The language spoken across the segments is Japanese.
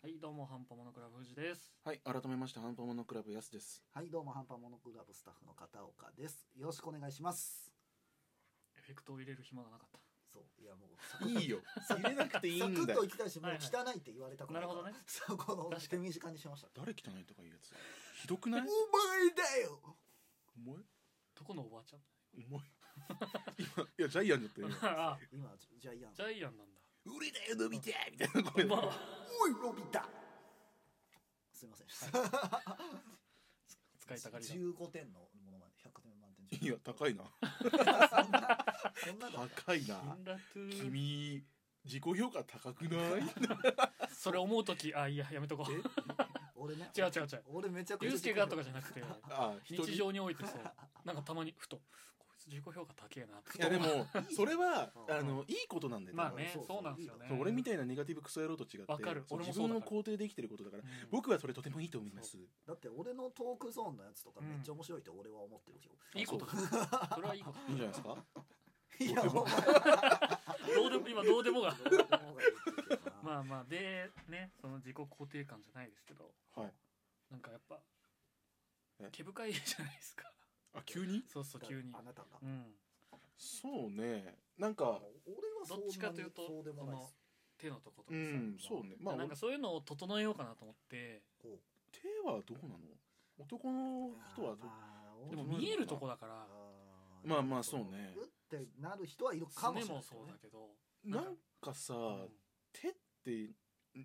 はいどうもハンパモノクラブ藤ですはい、改めまして、ハンパモノクラブやすです。はいどうもハンパモノクラブスタッフの片岡ですよろしくお願いしますエフェクトを入れる暇がなかったそういやもうサいいよ。入れなくていいクんだッよと行。きたいしもうはいはい汚いって言われたくないから、なるほどねそこの確か手短にしました誰汚いとかいうやつ。ひどくなおい前だよお前どこのおばあちゃんお前今いや、ジャイアンだっ たよ。あ今ジャジャイアンジャイアンなんだ売れだよ、伸びてみたいな声で。おいロビタすいません、使いたがりだ15点のものまで100点満点中いや、高いな。そんなだ高いイなン。ラトゥ君、自己評価高くないそれ思う時あいややめとこう俺ね違う違う違う俺めちゃくちゃユうスケがとかじゃなくてあ、一日人。い常においてそうなんかたまにふとこいつ自己評価高えなってや、でも、 それは、うんあの、いいことなんだよ。まあ多分ねそうそそううなんですよねそう俺みたいなネガティブクソ野郎と違って、わかるそう俺も自そうだ分からを肯定できてることだから、うん僕はそれとてもいいと思います。だって俺のトークゾーンのやつとかめっちゃ面白いって俺は思ってるよ、いいことだそれはいいこといいんじゃないですかいやお前どうでも今どうでもがままああまあでねその自己肯定感じゃないですけどはい。なんかやっぱえ毛深いじゃないですかあ、急にそうそう急にあなたがうんそうねなんか俺はそんどなっにちかというとそうでもないです手のとことかうさ、んそうねまあなんかそういうのを整えようかなと思ってこう手はどうなの男の人はどうあーでも俺見えるとこだからあーまあまあそうねうってなる人はいるかすもねしれなもいそうだけどなんかさうん手って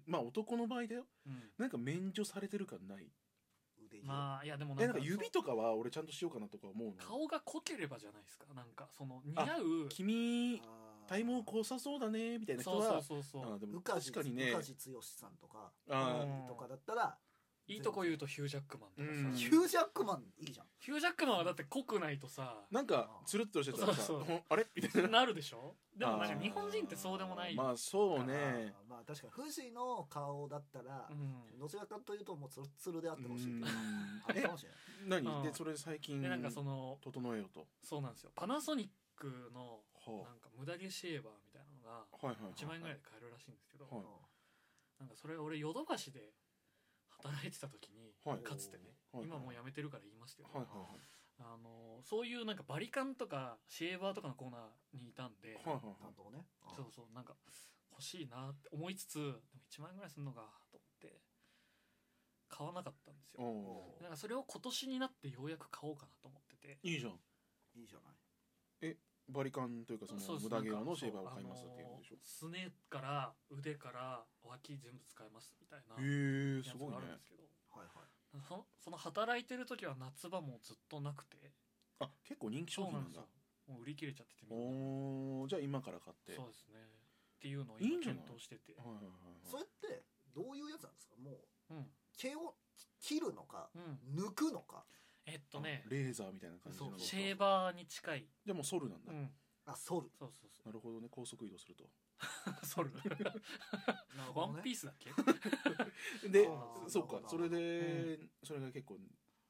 まあ男の場合だようんなんか免除されてる感ない腕広まあいやでもえなんか指とかは俺ちゃんとしようかなとか思うの顔が濃ければじゃないですかなんかその似合う君あー体毛濃さそうだねみたいな人そうそうはそうそうあでも宇梶確かにね宇梶剛さんとかあうんとかだったらいいとこ言うとヒュージャックマンとかさ、うんヒヒュュージャックマンいいじゃんヒュージャックマンはだって濃くないとさなんかつるっとしてたらさそうそうほ んあれみたいななるでしょでもなんあかー日本人ってそうでもない、まあそうねあーまあ確かに藤井の顔だったらうんどちらかというともうツルツルであっうてほしいけんどあるえかもしれないうん何でそれ最近でなんかその整えようとそうなんですよパナソニックのはなんか無駄毛シェーバーみたいなのがあはいはいはい1万円ぐらいで買えるらしいんですけど、はいなんかそれ俺ヨドバシで働いてた時に、はいかつてね、はい今もうやめてるから言いますけど、はいはいあのそういうなんかバリカンとかシェーバーとかのコーナーにいたんで、はいはいはい担当ねあーそうそうなんか欲しいなって思いつつでも1万円ぐらいするのかと思って買わなかったんですよおーなんかそれを今年になってようやく買おうかなと思ってていいじゃんいいじゃないバリカンというかそそうのです無駄毛なんかのシェーバーを買いますっていうんでしょあのすねから腕から脇全部使えますみたいなへやえつすごいがねあるんですけどはいはいそのその働いてる時は夏場もずっとなくてあ結構人気商そう品ななんですんだよもう売り切れちゃっててみんなおーじゃあ今から買ってそうですねっていうのをいいん今じゃない検討しててはいはいはいそれってどういうやつなんですかもううん毛を切るのかうん抜くのかえっとねあレーザーみたいな感じそのうシェーバーに近いでもソルなんうだんあ剃るそうそうそなるほどね高速移動するとう それなるワンピースだっけうでそうなんだそうかそれでうそれが結構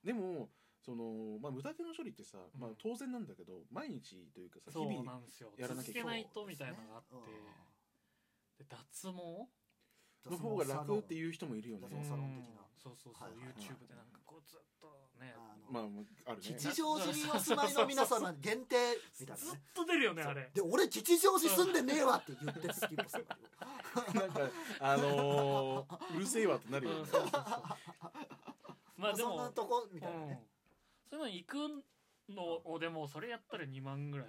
でもそのまあ無駄毛の処理ってさうんまあ当然なんだけど毎日というかさ日そう々なんですよやらなきゃ続いけけなないいとみたいなのがあってで脱毛の方が楽っていうう人もいるよねそのサロン的なうんそうそうそう、はいはいはい YouTube でなんかこうずっとねまああるね吉祥寺にお住まいの皆様限定みたいずなっねと出るよねあれで俺吉祥寺住んでねえわって言ってスキップするんだけど なんかあの ーうるせえわってなるようんねそうそうそうまあでそんもなとこみうたいなんね、そういうの行くのをでもそれやったら2万ぐらい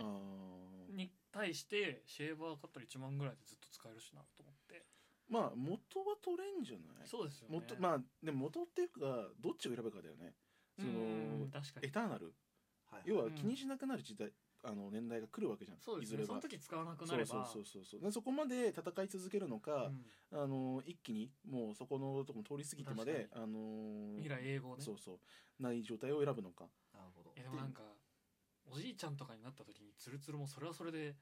うんあーに対してシェーバー買ったら1万ぐらいでずっと使えるしなと思ってまあ元は取れんじゃないそうですよね元まあでも元っていうかどっちを選ぶかだよねそのうん確かエにターナルはい要は気にしなくなる時代、あの年代が来るわけじゃんそうですいずねれそはの時使わなくなそれうばそうそうそうそうでそこまで戦い続けるのかう、んあの一気にもうそこのとこも通り過ぎてまで確あの未来英語ねそうそうない状態を選ぶのかなるほどいやでもなんかおじいちゃんとかになった時にツルツルもそれはそれで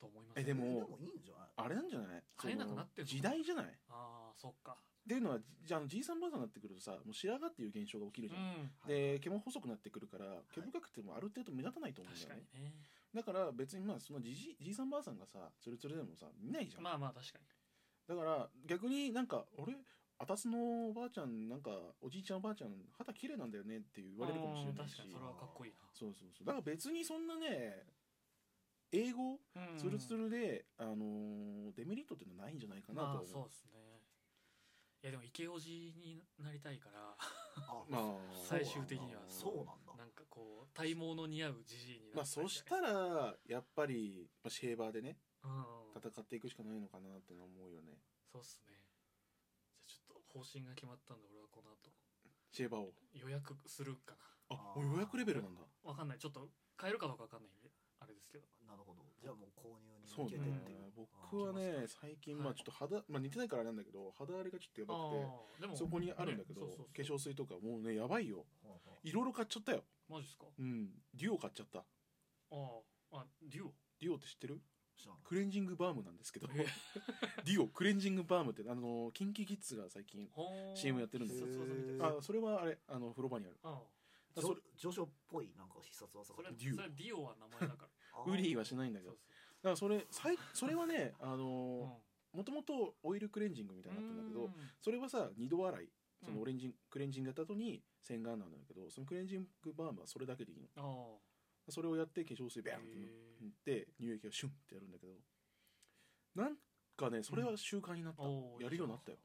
と思いますえでもいいんじゃないあれなんじゃない生えなくなってんのその時代じゃないっああそっかていうのはじゃあのじいさんばあさんになってくるとさもう白髪っていう現象が起きるうじゃんん、で毛も細くなってくるから毛深くてもある程度目立たないと思うんだ確よかね、にねだから別にまあそのじじじいさんばあさんがさツルツルでもさ見ないじゃん、まあまあ確かにだから逆になんか「あれあたすのおばあちゃんなんかおじいちゃんおばあちゃん肌綺麗なんだよね」って言われるかもしれない確しかにそれはかっこいいなそうそうそうだから別にそんなね英語ツルツルで、あのーデメリットっていうのはないんじゃないかなとまはあ思そううですねいやでもイケオジになりたいからあまあそう最終的にはそうなんだなんかこう体毛の似合うじじいになまありたいそしたらやっぱりまあシェーバーでねうん戦っていくしかないのかなってのは思うよねそうっすねじゃあちょっと方針が決まったんで俺はこの後シェーバーを予約するかああーもう予約レベルなんだなわかんないちょっと変えるかどうかわかんないんであれですけどなるほどじゃあもう購入にそう向けねてっんていう僕はあーね最近まはあいちょっと肌、まあ、似てないからなんだけど肌荒れがちょっとやあばくーでもてそこにあるんだけど、ねそうそうそう化粧水とかもうねやばいよほうほういろいろ買っちゃったよマジっすかうんデュオ買っちゃったあああデュオデュオって知ってる知らないクレンジングバームなんですけどえ デュオクレンジングバームってあのキンキキッズが最近 CM やってるんですよ必殺技みたいなあそれはあれあの風呂場にあるああジそョれジョジョっぽいなんか必殺技それがはデュオそれはディオは名前だからあウリーはし ないんだけそどうだからそれさいそれはねあそうのもともとオイルクレンジングみたいになってんだけどそれはさ二度洗いそのオレンジン、クレンジングやった後に洗顔なんだけどそのクレンジングバームはそれだけでいいのああそれをやって化粧水ビャンって塗って乳液をシュンってやるんだけどなんかねそれは習慣になった、おーやるようになったよ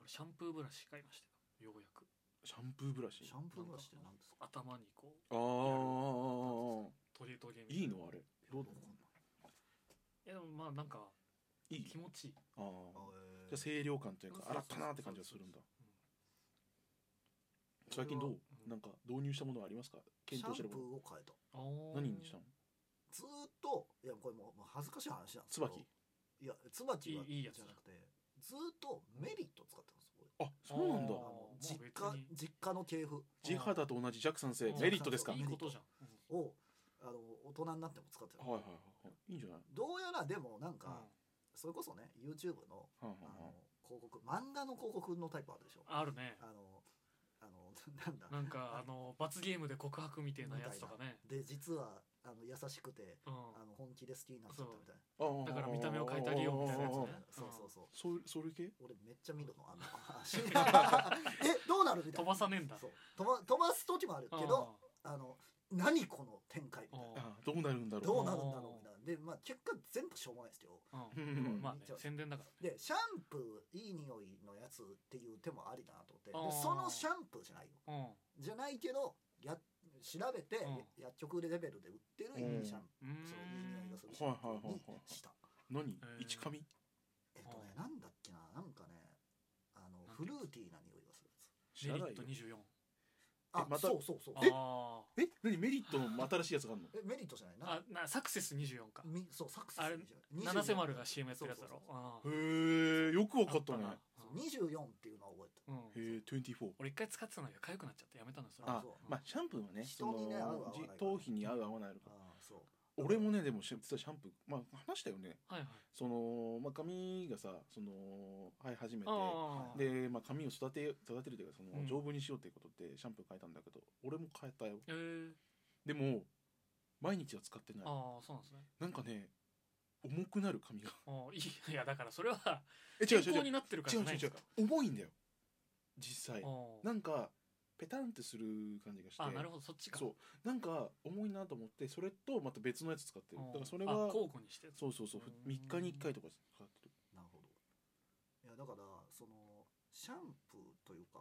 俺シャンプーブラシ買いましたよようやくシャンプーブラシシャンプーブラシって何ですか頭にこうああトゲトゲみたいいいなのあれどうわかんないいやでもまあなんかいい気持ちいいああえーじゃあ清涼感というかそうそう洗そうったなって感じがするんだうん最近どう俺はうんなんか導入したものはありますか検討してるシャもンのプーを変えたあー何にしたのずーっといやこれもうもう恥ずかしい話なんですけど椿いやつばきはいいいいじやつゃなくてずーっとメリットを使ってますこれあそうなんだあーあものう実別家に実家の系譜地肌と同じ弱酸性うんメリットですかいはいいことじゃんうんをあの大人になっても使ってるはいはいはいいいんじゃないどうやらでもなんうんか、それこそね YouTube はのあはああはあの広告漫画の広告のタイプあるでしょあるねあのあの なんだなんかあの罰ゲームで告白みたいなやつとかねで実はあの優しくてうんあの本気で好きになっちゃったみたいなああだから見た目を変えてあげようみたいなやつねそうそうそうそうそれ系俺めっちゃ見るの あのえどうなるみた飛いなばさねえんだそう飛ば飛ばす時もあるけどあの何この展開みうたいんなああどうなるんだどうろなるんだろうみたいなでまあ結果全部しょうもないですようんうううんんまあね一応宣伝だからでシャンプーいい匂いのやつっていう手もありだなと思ってあーでそのシャンプーじゃないようんじゃないけどや調べて、うん薬局レベルで売ってるいいシャンプうー、んそのいい匂いがするシはャいンプはいはいーはいにした何ー一紙えっとねなんだっけななんかねあのフルーティーな匂いがするやつ知メらリなッいトよ24あ、またそうそうそうあえーえ何メリットの新しいやつがあるのえメリットじゃないなあなサクセス24かみそうサクセあれス七瀬丸が CM やってるやつだそうろそうあへえよくわかったね24っていうのは覚えうんへえ24俺一回使ってたのよ痒くなっちゃってやめたのよそれあそうまあシャンプーはね人にねその合う合わないからじ頭皮に合う合わないあるかたらあーそう俺もねでもし実はシャンプーまあ話したよねはいはいそのまあ髪がさその生え始めてああでまあ髪を育て育てるというかそのうん丈夫にしようということでシャンプー変えたんだけど俺も変えたよえー、でも毎日は使ってないああそうなんですねなんかね重くなる 髪がああいいいやだからそれはえ違健う違康う違うになってるから違じうゃない違んですう違うか重いんだよ実際あなんかペタンってする感じがしてああなるほどそっちかそうなんか重いなと思ってそれとまた別のやつ使ってるああだからそれあは交互にしてうそうそうそううーん3日に1回とか使ってるなるほどいやだからそのシャンプーというか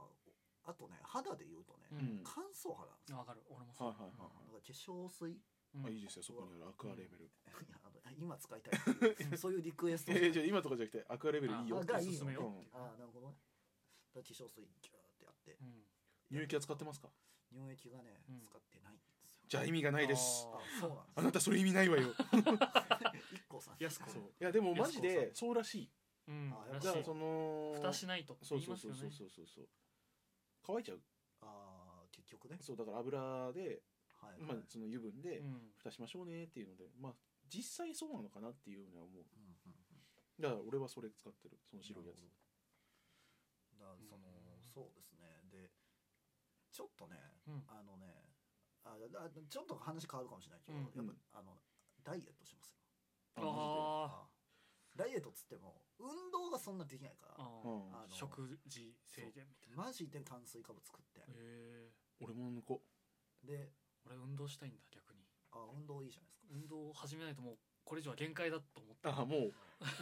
あとね肌で言うとね、ん乾燥肌なんですよわかる俺もそうはいはいはいだから化粧水 いうんあいいですよそこにあるアクアレベルやあの今使いたいって いうそういうリクエストえじゃあ今とかじゃなくてアクアレベルいいよあってがいいおすすめようっんていうああなるほどねだから化粧水ギューってやってうん乳液は使ってますか乳液がね、うん使ってないんですよじゃあ意味がないですああそうなんですあなたそれ意味ないわ よ一個さん安子そういやでもマジいやそうでそそうらしいうんあやっぱらしじゃあいその蓋しないとってそ言ういそうますそうよそうねそうそうそう乾いちゃうああ結局ねそうだから油ではい、はいまあその油分でうん蓋しましょうねっていうのでまあ実際そうなのかなっていうのは思ううんうんうんだから俺はそれ使ってるその白いやつなるほどだからそのうんそうですねでちょっとねうんあのねあだちょっと話変わるかもしれないけど、うんやっぱあのダイエットしますよあマジでああダイエットっつっても運動がそんなできないからあうーんあの食事制限みたいなマジで炭水化物食ってえ俺も抜こでー、俺運動したいんだ逆にあ運動いいじゃないですか運動を始めないともうこれ以上は限界だと思っうたあも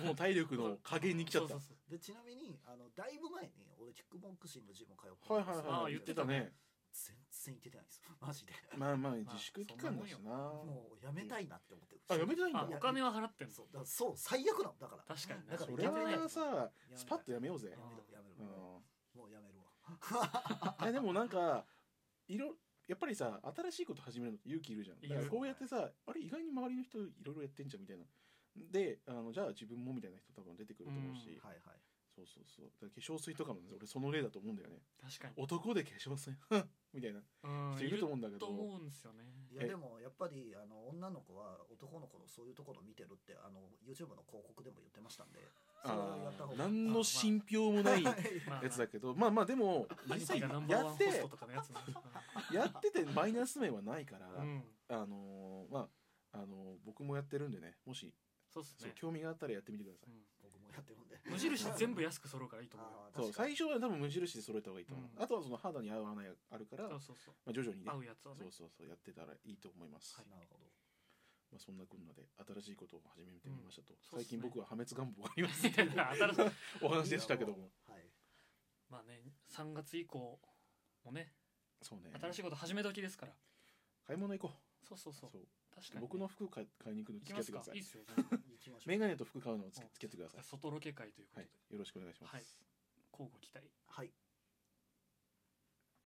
うもう体力の加減に来ちゃったそうそうでちなみにあのだいぶ前に俺キックボクシングジム通ってはいたんはいですよはいあー言ってたねね全然行けてないんですよマジでまあままああ自粛期間だしそんなもうやめたいなって思ってるあやめてないんあだいやお金は払ってんのそうだからそう最悪なのだから確かにだかそらいれけやてないめはたさやめたいスパッとやめようぜやめるやめるうんもうやめるわ いやでもなんかいろやっぱりさ新しいこと始めるのって勇気いるじゃんだからこうやってさあれ意外に周りの人いろいろやってんじゃんみたいなであのじゃあ自分もみたいな人多分出てくると思ううし、んはいはいそうそうそうだから化粧水とかもね俺その例だと思うんだよね確かに男で化粧水 みたいなうん人いると思うんだけとど思うんですよねいやえでもやっぱりあの女の子は男の子のそういうところ見てるってあの YouTube の広告でも言ってましたんでそれをやった方が何の信憑もないやまあつだけどまあまあでも実兄際貴やがナっンバーワンホスてトとかのやつなん ですかやっててマイナス面はないから、うんあのーまああのー僕もやってるんでねもし、そうっすそうね興味があったらやってみてください、う僕もやってるんでん無印全部安く揃うからいいと思うよあそうあ確かに最初は多分無印で揃えた方がいいと思う、うんあとはその肌に合う合わないがあるから、そまうそうそうあ、徐々にね合うやつはそね うそうそうやってたらいいと思います、なるほどまあ、そんなこんなで新しいことを始めてみましたと、そうっすね最近僕は破滅願望があります みたいな新しいお話でしたけどもはいまあね3月以降もねそうね新しいこと始め時ですから買い物行こうそうそうそうそう確かにね僕の服買い買いに行くの行き付き合ますってくだかさいいいっすよ全 然行きましょメうガネと服買うのをつけうん付き合ってください外ロケ会ということはいでよろしくお願いします、はい交互期待はい